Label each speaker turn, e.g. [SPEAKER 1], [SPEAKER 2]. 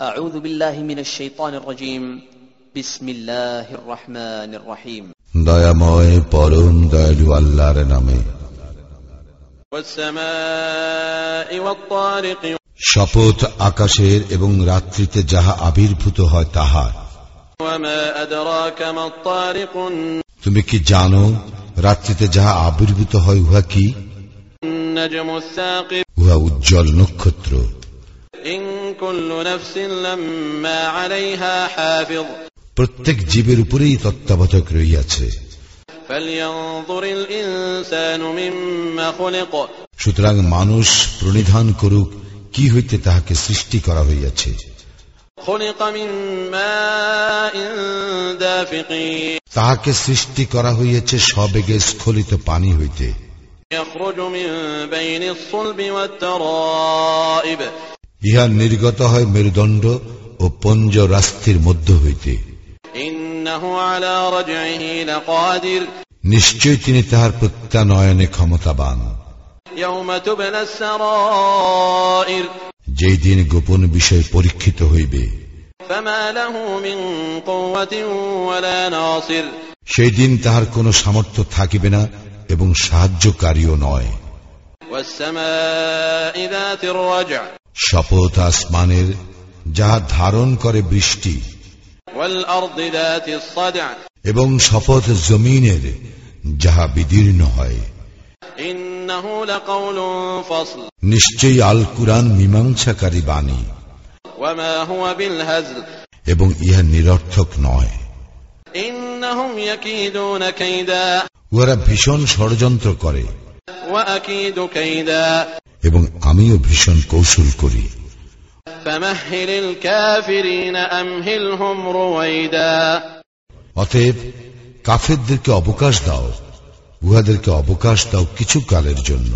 [SPEAKER 1] أعوذ بالله من الشيطان الرجيم بسم الله الرحمن الرحيم
[SPEAKER 2] দয়াময় পরম দয়ালু আল্লাহর নামে
[SPEAKER 3] والسماء والطارق
[SPEAKER 2] শপথ আকাশের এবং রাত্রিতে যাহা আবির্ভূত হয় তাহার
[SPEAKER 3] وما أدراك ما الطارق
[SPEAKER 2] তুমি কি জানো রাত্রিতে যাহা আবির্ভূত হয় উহা কি
[SPEAKER 3] النجم الثاقب
[SPEAKER 2] উহা উজ্জ্বল নক্ষত্র
[SPEAKER 3] إن كل نفس لما عليها حافظ
[SPEAKER 2] প্রত্যেক জীবের উপরেই তত্ত্বাবধায়ক রইয়াছে
[SPEAKER 3] فلينظر الإنسان مما خلق
[SPEAKER 2] সুতরাং মানুষ প্রণিধান করুক কি হইতে তাহাকে সৃষ্টি করা হইয়াছে
[SPEAKER 3] خلق من ماء دافق
[SPEAKER 2] তাহাকে সৃষ্টি করা হইয়াছে সবেগে স্খলিত পানি হইতে
[SPEAKER 3] يخرج من بين الصلب والترائب
[SPEAKER 2] ইহা নির্গত হয় মেরুদণ্ড ও পঞ্জ রাস্তির মধ্য হইতে
[SPEAKER 3] إنه على رجعه لقادر
[SPEAKER 2] নিশ্চয় তিনি তাহার প্রত্যানয়নে ক্ষমতাবান
[SPEAKER 3] يوم تبلى السرائر
[SPEAKER 2] যেই দিন গোপন বিষয় পরীক্ষিত হইবে
[SPEAKER 3] فما له من قوة ولا ناصر
[SPEAKER 2] সেই দিন তাহার কোনো সামর্থ্য থাকিবে না এবং সাহায্যকারীও নয়
[SPEAKER 3] والسماء ذات الرجع
[SPEAKER 2] শপথ আসমানের যাহা ধারণ করে বৃষ্টি
[SPEAKER 3] والأرض ذات الصدع
[SPEAKER 2] এবং শপথ জমিনের যাহা বিদীর্ণ হয়
[SPEAKER 3] إنه لقول فصل
[SPEAKER 2] নিশ্চয়ই আল কুরআন মীমাংসাকারী বাণী
[SPEAKER 3] وما هو بالهزل
[SPEAKER 2] এবং ইহা নিরর্থক নয়
[SPEAKER 3] إنهم يكيدون كيدا
[SPEAKER 2] উহারা ভীষণ ষড়যন্ত্র করে
[SPEAKER 3] وأكيد كيدا
[SPEAKER 2] এবং আমিও ভীষণ কৌশল করি
[SPEAKER 3] فمهل الكافرين أمهلهم رويدا
[SPEAKER 2] অতএব কাফেরদেরকে অবকাশ দাও উহাদেরকে অবকাশ দাও কিছু কালের জন্য